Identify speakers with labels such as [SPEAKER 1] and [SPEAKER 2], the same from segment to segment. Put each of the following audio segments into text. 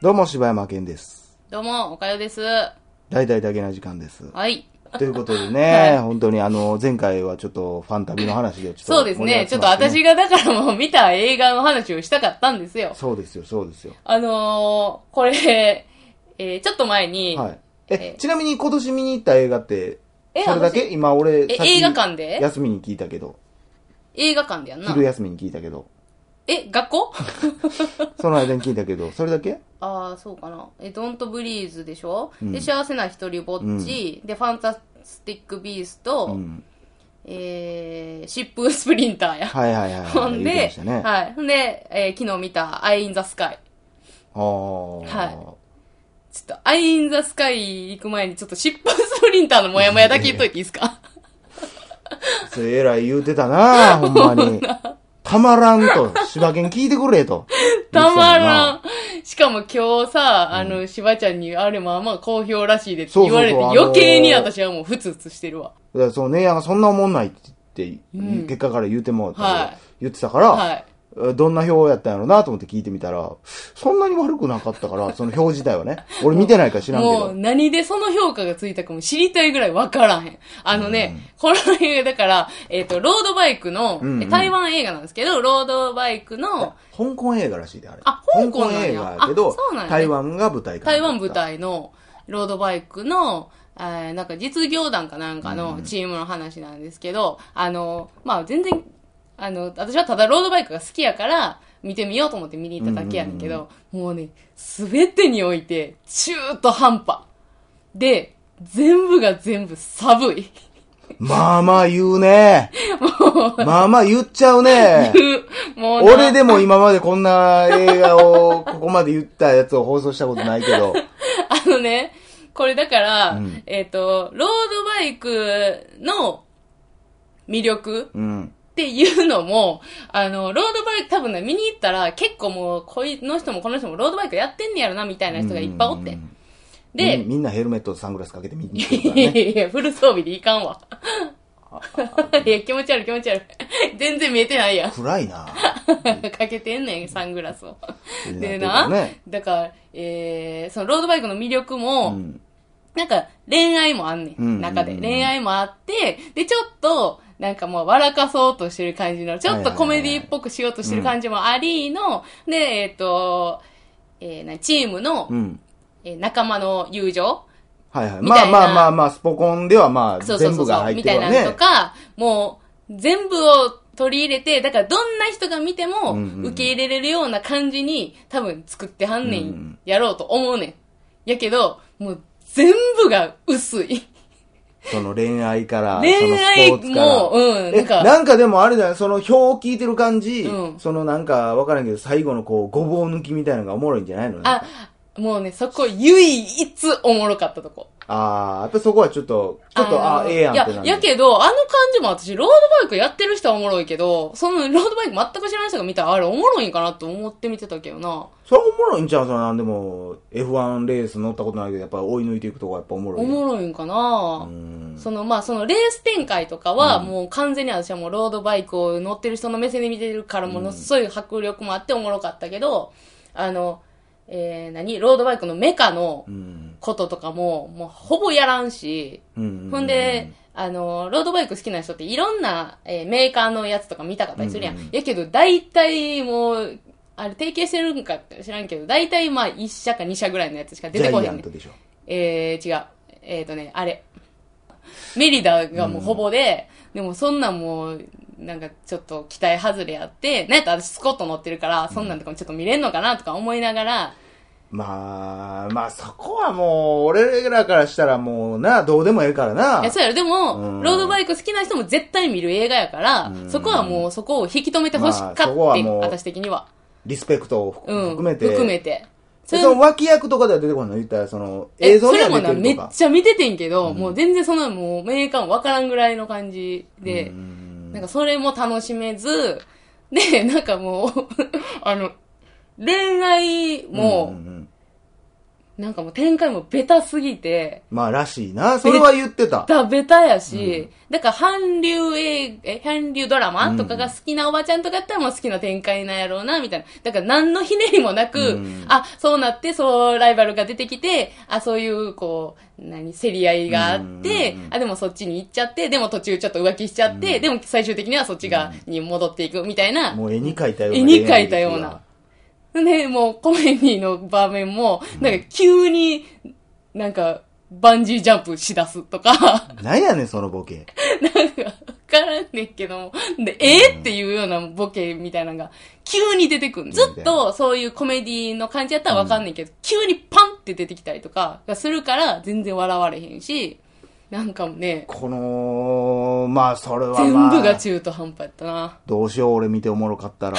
[SPEAKER 1] どうも、柴山健です。
[SPEAKER 2] どうも、おかよです。
[SPEAKER 1] 大々だけな時間です。
[SPEAKER 2] はい。
[SPEAKER 1] ということでね、
[SPEAKER 2] はい
[SPEAKER 1] 本当にあの、前回はちょっとファン旅の話でちょっと、
[SPEAKER 2] そうですね。ちょっと私
[SPEAKER 1] が。
[SPEAKER 2] がだからもう見た映画の話をしたかったんですよ。
[SPEAKER 1] そうですよ、そうですよ。
[SPEAKER 2] あのー、これ、えーちょっと前に、
[SPEAKER 1] はい。
[SPEAKER 2] え
[SPEAKER 1] え、
[SPEAKER 2] ー
[SPEAKER 1] ちなみに今年見に行った映画って、
[SPEAKER 2] え
[SPEAKER 1] それだけ今俺、
[SPEAKER 2] え
[SPEAKER 1] さっき
[SPEAKER 2] 映画館で
[SPEAKER 1] 休みに聞いたけど、
[SPEAKER 2] 映画館でやんな
[SPEAKER 1] 昼。休みに聞いたけど、
[SPEAKER 2] え、学校
[SPEAKER 1] その間に聞いたけど、それだけ
[SPEAKER 2] ああ、そうかな。え、ドントブリーズでしょ、
[SPEAKER 1] うん
[SPEAKER 2] で、幸せな一人ぼっち、で、ファンタスティックビースト、
[SPEAKER 1] うん。
[SPEAKER 2] えー、疾風スプリンターや。
[SPEAKER 1] はいはいはいはい。
[SPEAKER 2] ほ
[SPEAKER 1] 言
[SPEAKER 2] ん
[SPEAKER 1] って
[SPEAKER 2] で
[SPEAKER 1] まし、たね。
[SPEAKER 2] はい。ほんで、えー昨日見た、アイ・イン・ザ・スカイ。
[SPEAKER 1] あー
[SPEAKER 2] はちょっと、アイ・イン・ザ・スカイ行く前に、ちょっと、シップスプリンターのモヤモヤだけ言っといていいで すか
[SPEAKER 1] それえらい言うてた なほんまに。たまらんと。柴犬聞いてくれと。
[SPEAKER 2] たま
[SPEAKER 1] 言
[SPEAKER 2] ら
[SPEAKER 1] って
[SPEAKER 2] ん。しかも今日さ、あの、しばちゃんに、あれまあまあ好評らしいでって
[SPEAKER 1] そう
[SPEAKER 2] 言
[SPEAKER 1] そうそ
[SPEAKER 2] わ
[SPEAKER 1] う
[SPEAKER 2] れて、
[SPEAKER 1] あのー
[SPEAKER 2] 余計に私はもうふつふつしてるわ。
[SPEAKER 1] たな。だからその姉やんがそんなおもんないって言って、
[SPEAKER 2] うん
[SPEAKER 1] 結果から言うてもうたと
[SPEAKER 2] はい
[SPEAKER 1] 言ってたから、
[SPEAKER 2] はい。
[SPEAKER 1] えどんな表やったんやろなと思って聞いてみたら、そんなに悪くなかったから、その表自体は ね。俺見てないから知らんけ
[SPEAKER 2] もう
[SPEAKER 1] ど。
[SPEAKER 2] 何でその評価がついたかも知りたいぐらいわからへん。あのね、この映画だから、えっ、と、ロードバイクの、
[SPEAKER 1] うんうん
[SPEAKER 2] え台湾映画なんですけど、ロードバイクの、
[SPEAKER 1] 香港映画らしいで、あれ。
[SPEAKER 2] あ香港なんや
[SPEAKER 1] 映画やけど
[SPEAKER 2] あそうなん、や
[SPEAKER 1] 台湾が舞台かな
[SPEAKER 2] 台湾舞。台のロードバイクの、えーなんか実業団かなんかのチームの話なんですけど、あの、まあ全然、あの、私はただロードバイクが好きやから、見てみようと思って見に行っただけやねんけど、もうね、すべてにおいて、中途半端。で、全部が全部寒い。
[SPEAKER 1] まあまあ言うね。まあまあ言っちゃうね。
[SPEAKER 2] もうな
[SPEAKER 1] 俺でも今までこんな映画を、ここまで言ったやつを放送したことないけど。
[SPEAKER 2] あのね、これだから、
[SPEAKER 1] うん
[SPEAKER 2] えっ、と、ロードバイクの魅力
[SPEAKER 1] うん。
[SPEAKER 2] っていうのも、あの、ロードバイク、多分ね、見に行ったら、結構もう、こいの人もこの人もロードバイクやってんねやろな、みたいな人がいっぱいおって。
[SPEAKER 1] うんみ
[SPEAKER 2] で、
[SPEAKER 1] みんなヘルメットとサングラスかけて見に行ってるから
[SPEAKER 2] いや
[SPEAKER 1] ね。
[SPEAKER 2] いや、フル装備でいかんわ。いや、気持ち悪い気持ち悪い。全然見えてないやん。
[SPEAKER 1] 暗いな。
[SPEAKER 2] かけてんねん、サングラスを。で
[SPEAKER 1] な
[SPEAKER 2] な
[SPEAKER 1] ってるね、
[SPEAKER 2] だから、えー、そのロードバイクの魅力
[SPEAKER 1] う
[SPEAKER 2] も、
[SPEAKER 1] ん
[SPEAKER 2] なんか恋愛もあんね
[SPEAKER 1] うんうんうん
[SPEAKER 2] ん、中で。恋愛もあって、で、ちょっと、なんかもう笑かそうとしてる感じの、ちょっとコメディっぽくしようとしてる感じもありの、で、えっ、と、えーなチームの、
[SPEAKER 1] うん。
[SPEAKER 2] えー仲間の友情
[SPEAKER 1] はいはい。
[SPEAKER 2] み
[SPEAKER 1] ま
[SPEAKER 2] た
[SPEAKER 1] あ
[SPEAKER 2] いな
[SPEAKER 1] まあまあまあ、スポコンではまあ、
[SPEAKER 2] そうそう
[SPEAKER 1] 全
[SPEAKER 2] そ
[SPEAKER 1] 部
[SPEAKER 2] うそ
[SPEAKER 1] が
[SPEAKER 2] う、
[SPEAKER 1] 入っ
[SPEAKER 2] み
[SPEAKER 1] て
[SPEAKER 2] た
[SPEAKER 1] る
[SPEAKER 2] い
[SPEAKER 1] わ
[SPEAKER 2] なの
[SPEAKER 1] ね
[SPEAKER 2] と。か、もう全部を取り入れて、だからどんな人が見ても
[SPEAKER 1] うんうんうん
[SPEAKER 2] 受け入れれるような感じに多分作ってはんね
[SPEAKER 1] うんうんん、
[SPEAKER 2] やろうと思うねん。やけど、もう全部が薄い。
[SPEAKER 1] その恋愛から、
[SPEAKER 2] 恋愛
[SPEAKER 1] そのスポーツから。
[SPEAKER 2] もうん
[SPEAKER 1] え
[SPEAKER 2] なんか
[SPEAKER 1] なんかでもあれじゃないその表を聞いてる感じ、
[SPEAKER 2] うん
[SPEAKER 1] そのなんかわからんけど、最後のこう、ごぼう抜きみたいなのがおもろいんじゃないのなんか
[SPEAKER 2] あ、もうね、そこ唯一おもろかったとこ。
[SPEAKER 1] あー、やっぱそこはちょっと、ちょっと、あ
[SPEAKER 2] の
[SPEAKER 1] ーええやんってなる。
[SPEAKER 2] いや、やけど、あの感じも私、ロードバイクやってる人はおもろいけど、そのロードバイク全く知らない人が見たら、あれおもろいんかなと思って見てたけどな。
[SPEAKER 1] それおもろいんちゃうそのなんでも、F1 レース乗ったことないけど、やっぱ追い抜いていくとこはやっぱおもろい。
[SPEAKER 2] おもろいんか
[SPEAKER 1] う
[SPEAKER 2] な、
[SPEAKER 1] ん。
[SPEAKER 2] その、まあ、そのレース展開とかは、もう完全に私はもうロードバイクを乗ってる人の目線で見てるから、ものすごい迫力もあっておもろかったけど、あの、えー、何ロードバイクのメカの
[SPEAKER 1] うん。
[SPEAKER 2] こととかも、もうほぼやらんし、
[SPEAKER 1] うん。
[SPEAKER 2] ほんで、あの、ロードバイク好きな人っていろんな、えーメーカーのやつとか見たかったりするやん。
[SPEAKER 1] うんうんうん
[SPEAKER 2] やけど、大体もう、あれ、提携してるんかって知らんけど、大体まあ1社か2社ぐらいのやつしか
[SPEAKER 1] ジ
[SPEAKER 2] 出てこ
[SPEAKER 1] ャ
[SPEAKER 2] へ
[SPEAKER 1] イア
[SPEAKER 2] んね
[SPEAKER 1] ン
[SPEAKER 2] ん
[SPEAKER 1] ト。でしょ。
[SPEAKER 2] えー、違う。えっ、ー、とね、あれ。メリダがもうほぼで、でもそんなんもう、なんかちょっと期待外れやって、なんやったら私スコット乗ってるから、そんなんとかもちょっと見れんのかなとか思いながら、
[SPEAKER 1] まあ、まあそこはもう、俺らからしたらもうな、どうでもええからない
[SPEAKER 2] や、。そうやろ。で
[SPEAKER 1] うん
[SPEAKER 2] も、ロードバイク好きな人も絶対見る映画やから
[SPEAKER 1] う、ん
[SPEAKER 2] そこはもう、そこを引き止めてほしかった
[SPEAKER 1] まあそこはもう
[SPEAKER 2] 私的には。
[SPEAKER 1] リスペクトを
[SPEAKER 2] うん。
[SPEAKER 1] 含めて。
[SPEAKER 2] 含めて。そ
[SPEAKER 1] で
[SPEAKER 2] れ
[SPEAKER 1] その脇役とかでは出てこないの言ったら、その、
[SPEAKER 2] え
[SPEAKER 1] 映像
[SPEAKER 2] そ
[SPEAKER 1] に
[SPEAKER 2] れ
[SPEAKER 1] は
[SPEAKER 2] も
[SPEAKER 1] 出
[SPEAKER 2] な、
[SPEAKER 1] て
[SPEAKER 2] め
[SPEAKER 1] る
[SPEAKER 2] っ
[SPEAKER 1] とか。
[SPEAKER 2] ちゃ見ててんけど、もう全然そんなもう、名感わからんぐらいの感じで、
[SPEAKER 1] うん
[SPEAKER 2] なんかそれも楽しめず、 で、なん かもう、あの、恋愛
[SPEAKER 1] う
[SPEAKER 2] も
[SPEAKER 1] ん、
[SPEAKER 2] なんかもう展開もベタすぎて、
[SPEAKER 1] まあ、らしいな。それは言ってた。
[SPEAKER 2] だベタやし、だから韓流映え、韓流ドラマとかが好きなおばちゃんとかやったらもう好きな展開なんやろうな、みたいな。だから何のひねりもなく、
[SPEAKER 1] うん
[SPEAKER 2] あ、そうなって、そう、ライバルが出てきて、あ、そういう、こう、何、競り合いがあって、
[SPEAKER 1] うん
[SPEAKER 2] あ、でもそっちに行っちゃって、でも途中ちょっと浮気しちゃって、でも最終的にはそっちが、に戻っていくみたいな。
[SPEAKER 1] もう絵に描いたような。
[SPEAKER 2] 絵に描いたような。で、もうコメディの場面も、なんか急になんかバンジージャンプしだすとか、
[SPEAKER 1] なんやねん、そのボケ。
[SPEAKER 2] なんかわからんねんけども、で、えーっていうようなボケみたいなのが急に出てくる。ずっとそういうコメディの感じやったらわかんねんけど、急にパンって出てきたりとかがするから全然笑われへんし、なんかもね、
[SPEAKER 1] この、まあ、それは
[SPEAKER 2] 全
[SPEAKER 1] まあ、
[SPEAKER 2] 部が中途半端やったな。
[SPEAKER 1] どうしよう、俺見ておもろかったら。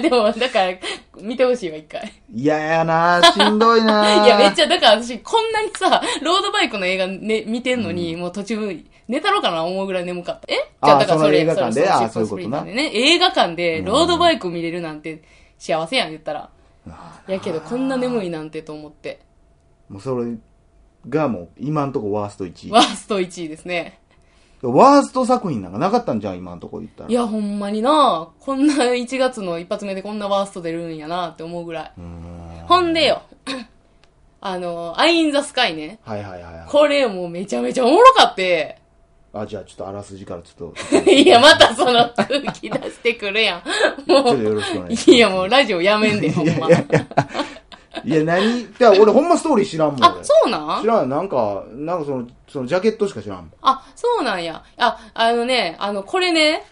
[SPEAKER 2] でも、だから、見てほしいわ、一回。
[SPEAKER 1] 嫌やな、しんどいな。
[SPEAKER 2] いや、めっちゃ、だから私、こんなにさ、ロードバイクの映画、ね、見てんのに、もう途中、寝たろうかな思うぐらい眠かった。え
[SPEAKER 1] あ
[SPEAKER 2] じゃあ、だか
[SPEAKER 1] そ
[SPEAKER 2] ら
[SPEAKER 1] の
[SPEAKER 2] それ、
[SPEAKER 1] 映画館であそういうことな
[SPEAKER 2] シップスプリンターでね、映画館で、ロードバイク見れるなんて、幸せやん、言ったら。やけど、こんな眠いなんてと思って。
[SPEAKER 1] もうそれがもう、今んとこワースト1位。
[SPEAKER 2] ワースト1位ですね。
[SPEAKER 1] ワースト作品なんかなかったんじゃん、今んとこ言ったら。
[SPEAKER 2] いや、ほんまになこんな1月の一発目でこんなワースト出るんやなって思うぐらい。ほん でよ、あの、アインザスカイね。
[SPEAKER 1] はいはいはいはい。
[SPEAKER 2] これもうめちゃめちゃおもろかって。
[SPEAKER 1] あ、じゃあちょっとあらすじからちょっと、
[SPEAKER 2] いや、またその空気出してくるやん。
[SPEAKER 1] ちょ
[SPEAKER 2] も
[SPEAKER 1] っとよろしくお願いします
[SPEAKER 2] う、。いや、もうラジオやめんで、ほんま。
[SPEAKER 1] いや、何いや、俺ほんまストーリー知らんもん。
[SPEAKER 2] あ、
[SPEAKER 1] 俺
[SPEAKER 2] そうな
[SPEAKER 1] 知
[SPEAKER 2] ん
[SPEAKER 1] らん。なんか、なんかその、そのジャケットしか知らん。
[SPEAKER 2] あ、そうなんや。あ、あのね、あの、これね、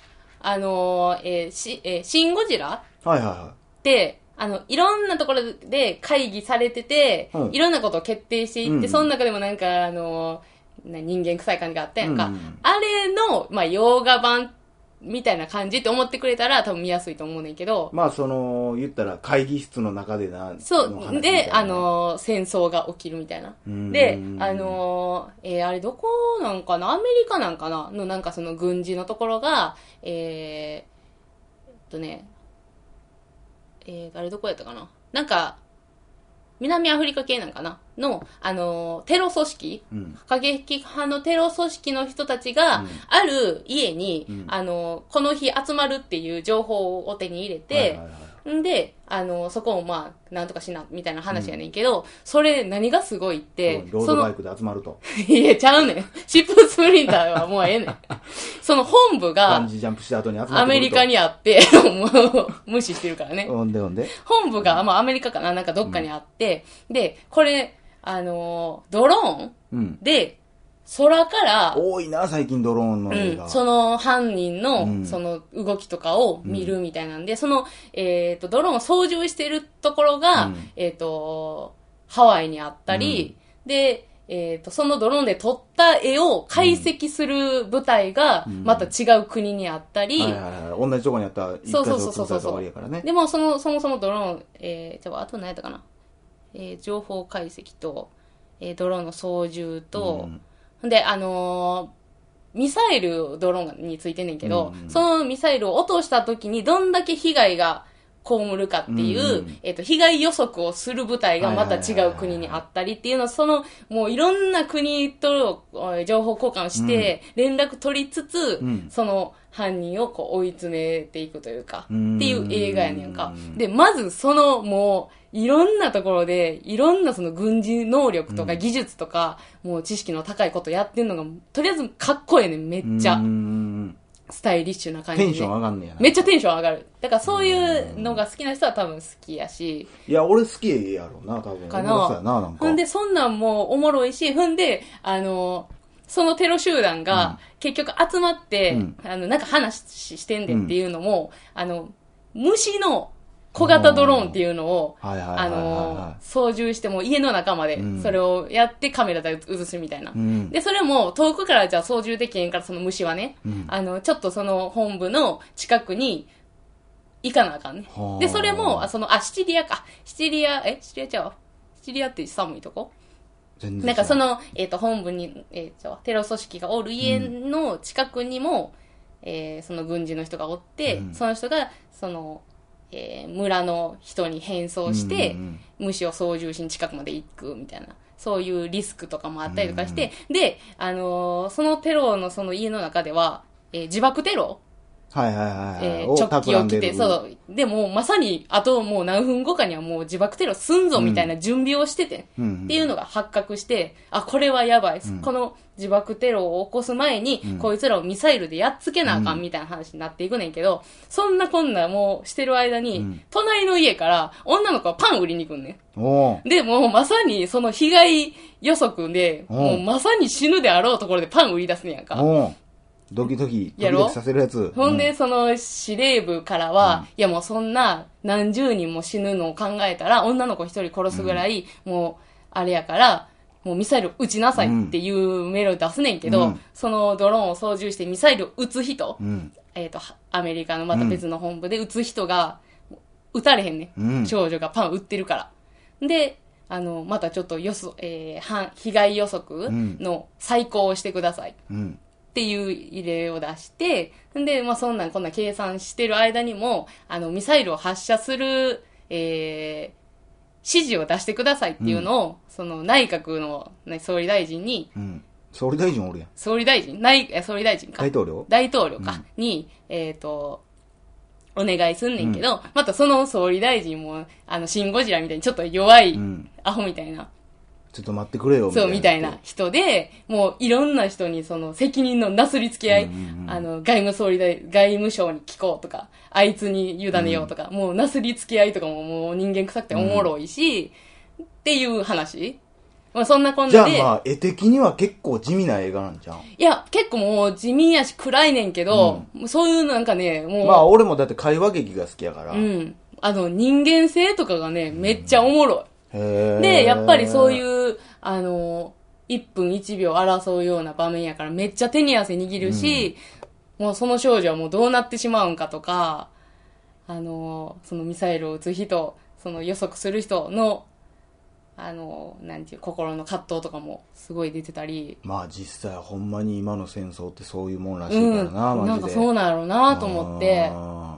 [SPEAKER 2] あのー、えーし、えーシンゴジラ
[SPEAKER 1] はいはいは
[SPEAKER 2] って、あの、いろんなところで会議されてて、
[SPEAKER 1] うん
[SPEAKER 2] いろんなことを決定していって、
[SPEAKER 1] うん
[SPEAKER 2] その中でもなんか、あのーな人間臭い感じがあったやんか。
[SPEAKER 1] うんうん
[SPEAKER 2] あれの、まあ、洋画版みたいな感じって思ってくれたら多分見やすいと思うねんけど
[SPEAKER 1] い。、まあ、その、言ったら会議室の中でな、の話
[SPEAKER 2] そう。
[SPEAKER 1] みたい
[SPEAKER 2] で、
[SPEAKER 1] な
[SPEAKER 2] あ、のー、戦争が起きるみたいな。
[SPEAKER 1] うん
[SPEAKER 2] で、あ、のー、えーあれどこなんかなアメリカなんかなのなんかその軍事のところが、えーえっとね、えーあれどこやったかななんか、南アフリカ系なんかなの、あのー、テロ組織
[SPEAKER 1] うん。
[SPEAKER 2] 過激派のテロ組織の人たちが、
[SPEAKER 1] うん
[SPEAKER 2] ある家に、
[SPEAKER 1] うん
[SPEAKER 2] あのー、この日集まるっていう情報を手に入れて、
[SPEAKER 1] はいはいはい
[SPEAKER 2] んで、あの、そこをまあ、なんとかしな、みたいな話やねんけど、それ何がすごいって、
[SPEAKER 1] ロー
[SPEAKER 2] そ
[SPEAKER 1] ドバイ
[SPEAKER 2] の、
[SPEAKER 1] クで集まると。
[SPEAKER 2] いや、ちゃうねん。シップスプリンターはもうええ ねん。その本部
[SPEAKER 1] バン
[SPEAKER 2] が、
[SPEAKER 1] ジージャンプした後に集まってくると。
[SPEAKER 2] アメリカにあって、 もう、無視してるからね。
[SPEAKER 1] ほんでほんで。
[SPEAKER 2] 本部が、まあ、アメリカかな、なんかどっかにあって、で、これ、あの、ドロ
[SPEAKER 1] う
[SPEAKER 2] ーン
[SPEAKER 1] ん。
[SPEAKER 2] で、空から、
[SPEAKER 1] 多いな、最近ドローンの映
[SPEAKER 2] う
[SPEAKER 1] 画。
[SPEAKER 2] ん、その犯人の、
[SPEAKER 1] うん
[SPEAKER 2] その動きとかを見るみたいなんで、その、えっ、と、ドローンを操縦してるところが、
[SPEAKER 1] うん
[SPEAKER 2] えっ、と、ハワイにあったり、で、えっ、と、そのドローンで撮った絵を解析する部隊が、
[SPEAKER 1] ん
[SPEAKER 2] また違う国にあったり、
[SPEAKER 1] はいはいはい。同じとこにあったら、一
[SPEAKER 2] そう
[SPEAKER 1] 箇
[SPEAKER 2] そう
[SPEAKER 1] 所
[SPEAKER 2] そうそう
[SPEAKER 1] 潰さ
[SPEAKER 2] そ
[SPEAKER 1] れ
[SPEAKER 2] う
[SPEAKER 1] たら終わりやからね。
[SPEAKER 2] でも、その、そもそもドローン、えー、じゃあ、あと何やったかな。えー、情報解析と、えー、ドローンの操縦と、ほんで、あのーミサイル、ドローンについてんねんけど、
[SPEAKER 1] うん
[SPEAKER 2] そのミサイルを落とした時にどんだけ被害が被るかっていう、
[SPEAKER 1] うん
[SPEAKER 2] えっと、被害予測をする部隊がまた違う国にあったりっていうのは、その、もういろんな国とえー情報交換して、連絡取りつつ、
[SPEAKER 1] うん
[SPEAKER 2] その犯人をこう追い詰めていくというか、
[SPEAKER 1] うん
[SPEAKER 2] っていう映画やねんか
[SPEAKER 1] うん。
[SPEAKER 2] で、まずそのもう、いろんなところで、いろんなその軍事能力とか技術とか、もう知識の高いことやってんのが、とりあえずかっこええねん、めっち
[SPEAKER 1] う
[SPEAKER 2] ゃ。
[SPEAKER 1] ん
[SPEAKER 2] スタイリッシュな感じ
[SPEAKER 1] テ
[SPEAKER 2] で。
[SPEAKER 1] ンション上がんねやな。
[SPEAKER 2] めっちゃテンション上がる。だからそういうのが好きな人は多分好きやし。
[SPEAKER 1] いや、俺好きやろな、多分。
[SPEAKER 2] か
[SPEAKER 1] 俺もそうや
[SPEAKER 2] な。
[SPEAKER 1] な、なんか。
[SPEAKER 2] ほんで、そんなんもおもろいし、ほんで、あの、そのテロ集団が結局集まって、
[SPEAKER 1] うん
[SPEAKER 2] あの、なんか話ししてんでっていうのも、あの、虫の小型ドローンっていうのを、
[SPEAKER 1] はいはいはい
[SPEAKER 2] あ
[SPEAKER 1] はい
[SPEAKER 2] の
[SPEAKER 1] は、
[SPEAKER 2] 操縦しても家の中まで
[SPEAKER 1] うん
[SPEAKER 2] それをやってカメラで映すみたいな。
[SPEAKER 1] い。うん。
[SPEAKER 2] で、それも遠くからじゃあ操縦できへんからその虫はね、
[SPEAKER 1] うん
[SPEAKER 2] あの、ちょっとその本部の近くに行かなあかんね
[SPEAKER 1] は。あ
[SPEAKER 2] で、それも、あ、その、あ、シチリアか。シチリア、え、シチリアちゃうわシチリアって寒いとこ
[SPEAKER 1] 全然。
[SPEAKER 2] なんかそ、の、えっ、と、本部に、えー、ちゃうわテロ組織がおる家の近くにも、えーその軍事の人がおって、
[SPEAKER 1] うん
[SPEAKER 2] その人が、その、えー村の人に変装して、
[SPEAKER 1] うんうん
[SPEAKER 2] 虫を操縦しに近くまで行くみたいな。そういうリスクとかもあったりとかして、で、あのーそのテロのその家の中では、えー自爆テロ、
[SPEAKER 1] はいはいはいはい。
[SPEAKER 2] えー
[SPEAKER 1] を
[SPEAKER 2] 直帰を
[SPEAKER 1] 企ん
[SPEAKER 2] 着
[SPEAKER 1] で
[SPEAKER 2] て、
[SPEAKER 1] る
[SPEAKER 2] そう。でも、まさに、あともう何分後かにはもう自爆テロすんぞみたいな準備をしてて、
[SPEAKER 1] うんうん
[SPEAKER 2] っていうのが発覚して、あ、これはやばい、この自爆テロを起こす前に、こいつらをミサイルでやっつけなあかんみたいな話になっていくねんけど、そんなこんなもうしてる間に、隣の家から女の子はパン売りに行くんねん。
[SPEAKER 1] おう
[SPEAKER 2] で、もうまさにその被害予測で、
[SPEAKER 1] うん
[SPEAKER 2] もうまさに死ぬであろうところでパン売り出すねんやんか。
[SPEAKER 1] おうドキドキ、ド
[SPEAKER 2] や
[SPEAKER 1] キ
[SPEAKER 2] ろ
[SPEAKER 1] ドキさせるやつ。
[SPEAKER 2] ほんで、その司令部からは、いやもうそんな何十人も死ぬのを考えたら、女の子一人殺すぐらい、もう、あれやから、もうミサイル撃ちなさいっていうメールを出すねんけど、
[SPEAKER 1] うん
[SPEAKER 2] そのドローンを操縦してミサイルを撃つ人、
[SPEAKER 1] うん。うん。
[SPEAKER 2] えっ、と、はアメリカのまた別の本部で撃つ人が、撃たれへんねん。
[SPEAKER 1] うん
[SPEAKER 2] 少女がパン売ってるから。で、あの、またちょっと予想、えー、は被害予測の再考をしてください。
[SPEAKER 1] うん。
[SPEAKER 2] っていう入れを出して、んで、まあそんなんこんな計算してる間にも、あの、ミサイルを発射する、えー指示を出してくださいっていうのを、その内閣の、ね、総理大臣に、
[SPEAKER 1] うん。総理大臣おるやん。
[SPEAKER 2] 総理大臣、内、え総理大臣か
[SPEAKER 1] 大。統領
[SPEAKER 2] 大統領か、に、えっ、と、お願いすんねんけど、またその総理大臣も、あの、シンゴジラみたいにちょっと弱い、
[SPEAKER 1] うん。
[SPEAKER 2] アホみたいな、
[SPEAKER 1] ちょっと待ってくれよ。
[SPEAKER 2] そうみたいな。人で、もういろんな人にその責任のなすりつけ合い、
[SPEAKER 1] うんうんうん
[SPEAKER 2] あの、外務総理大、外務省に聞こうとか、あいつに委ねようとか、もうなすりつけ合いとかももう人間臭くておもろいし、っていう話。まあそんなこん
[SPEAKER 1] じ
[SPEAKER 2] な
[SPEAKER 1] ゃあ
[SPEAKER 2] で、
[SPEAKER 1] まあ、絵的には結構地味な映画なんじゃん。
[SPEAKER 2] いや、結構もう地味やし暗いねんけど、そういうなんかね、もう、
[SPEAKER 1] まあ、俺もだって会話劇が好きやから。
[SPEAKER 2] う
[SPEAKER 1] へ
[SPEAKER 2] ん。あの、人間性とかがね、めっちゃおもろい。
[SPEAKER 1] え。
[SPEAKER 2] で、やっぱりそ
[SPEAKER 1] う。
[SPEAKER 2] ういう、あの、1分1秒争うような場面やからめっちゃ手に汗握るし、もうその少女はもうどうなってしまうんかとか、あの、そのミサイルを撃つ人、その予測する人の、あの、なんていう、心の葛藤とかもすごい出てたり、
[SPEAKER 1] まあ実際ほんまに今の戦争ってそういうもんらし
[SPEAKER 2] う
[SPEAKER 1] いか
[SPEAKER 2] ん
[SPEAKER 1] ら、な、マ
[SPEAKER 2] なん
[SPEAKER 1] ジで。
[SPEAKER 2] かそうなんやろうなと思って、
[SPEAKER 1] うん。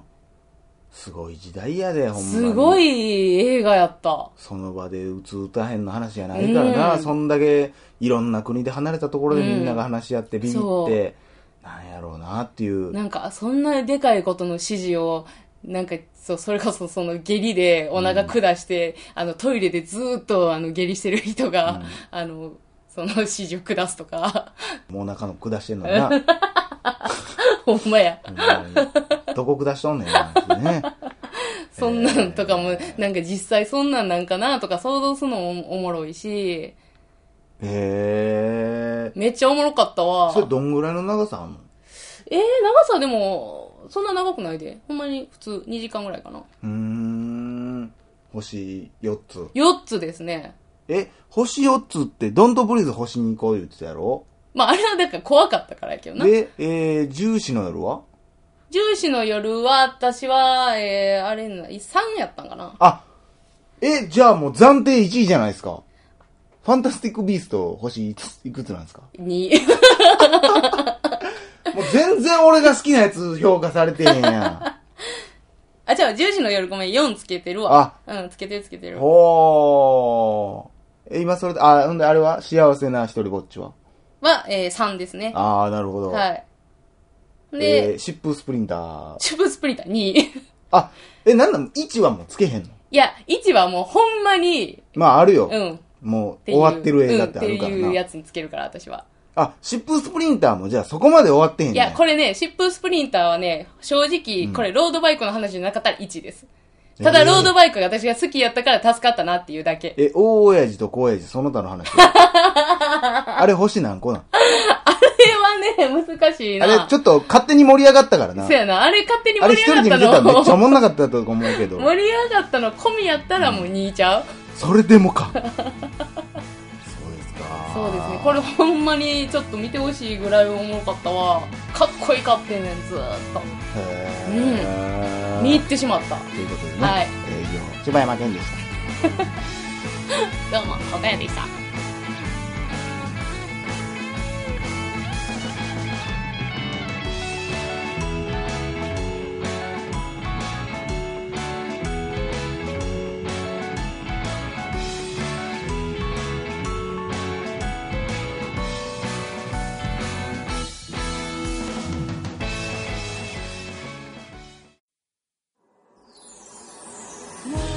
[SPEAKER 1] すごい時代やで、ほんまに。
[SPEAKER 2] すごい映画やった。
[SPEAKER 1] その場でうつうたへんの話じゃないからな、そんだけいろんな国で離れたところでみんなが話し合ってビビって、
[SPEAKER 2] そう
[SPEAKER 1] なんやろうなっていう。
[SPEAKER 2] なんか、そんなでかいことの指示を、なんか、そう、それこそその下痢でお腹下して、あの、トイレでずーっとあの下痢してる人が、あの、その指示を下すとか、
[SPEAKER 1] もう中の下してんのにな。
[SPEAKER 2] ほんまや。
[SPEAKER 1] ほんまにどこ下しとんねんなってね。
[SPEAKER 2] そんなんとかも、なんか実際そんなんなんかなとか想像するのもおもろいし、
[SPEAKER 1] へえ。
[SPEAKER 2] めっちゃおもろかったわ。
[SPEAKER 1] それどんぐらいの長さあんの
[SPEAKER 2] えー、長さでも、そんな長くないで。ほんまに普通2時間ぐらいかな。
[SPEAKER 1] うーん。星4つ。
[SPEAKER 2] 4つですね。
[SPEAKER 1] え、星4つって、ドントブリーズ星に行こう言ってたやろ
[SPEAKER 2] まあ、あれはだから怖かったからやけどな。
[SPEAKER 1] で、えー、重視の夜は
[SPEAKER 2] 重視の夜は、私は、えー、あれな、3やったんかな。
[SPEAKER 1] あ、え、じゃあもう暫定1位じゃないですか。ファンタスティックビースト星いついくつなんですか
[SPEAKER 2] に、
[SPEAKER 1] もう全然俺が好きなやつ評価されてへんや
[SPEAKER 2] あ、違う、10時の夜ごめん、4つけてるわ。うん、つけてるつけて
[SPEAKER 1] ん。
[SPEAKER 2] る。
[SPEAKER 1] ほー。え、今それで、あ、ほんであれは幸せな一人ぼっちは
[SPEAKER 2] は、えー、3ですね。
[SPEAKER 1] あー、なるほど。
[SPEAKER 2] はい。
[SPEAKER 1] え
[SPEAKER 2] で、
[SPEAKER 1] ー、シップスプリンター。
[SPEAKER 2] チュブスプリンター2。い
[SPEAKER 1] あ、え、なんなん ?1 はもうつけへんの
[SPEAKER 2] や、1はもうほんまに、
[SPEAKER 1] まああるよ。
[SPEAKER 2] うん。っ
[SPEAKER 1] もう
[SPEAKER 2] てい
[SPEAKER 1] 終
[SPEAKER 2] う
[SPEAKER 1] わってる映画ってあるから
[SPEAKER 2] うん、っていう
[SPEAKER 1] な。
[SPEAKER 2] やつにつけるから、私は。
[SPEAKER 1] あ、シップスプリンターもじゃあそこまで終わってへんねん
[SPEAKER 2] いや、これね、シップスプリンターはね、正直、これ、ロードバイクの話じゃなかったら1です。た
[SPEAKER 1] え
[SPEAKER 2] だ、
[SPEAKER 1] ー
[SPEAKER 2] ロードバイクが私が好きやったから助かったなっていうだ け。
[SPEAKER 1] え、大親父と小親父、その他の話。 あれ星何個なん
[SPEAKER 2] あれはね、難しいな。
[SPEAKER 1] あれちょっと勝手に盛り上がったからな
[SPEAKER 2] そう。やな、あれ勝手に
[SPEAKER 1] あれ
[SPEAKER 2] 盛
[SPEAKER 1] 一
[SPEAKER 2] り
[SPEAKER 1] 人で
[SPEAKER 2] 上
[SPEAKER 1] 見
[SPEAKER 2] が
[SPEAKER 1] て
[SPEAKER 2] っ
[SPEAKER 1] ら
[SPEAKER 2] たた
[SPEAKER 1] めっちゃお
[SPEAKER 2] の。
[SPEAKER 1] もんなかったと思うけど、
[SPEAKER 2] 盛り上がったの込みやったらもう2ちゃう、
[SPEAKER 1] それでも か。そうですか。
[SPEAKER 2] そうですね。これほんまにちょっと見てほしいぐらいおもろかったわ。かっこいいかってんねん、ずーっと。
[SPEAKER 1] へー
[SPEAKER 2] 見入ってしまっ
[SPEAKER 1] と
[SPEAKER 2] た。
[SPEAKER 1] いうことでね、
[SPEAKER 2] はい
[SPEAKER 1] えー以上、柴山健でした。
[SPEAKER 2] どうも、岡谷でした。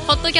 [SPEAKER 2] ッドキ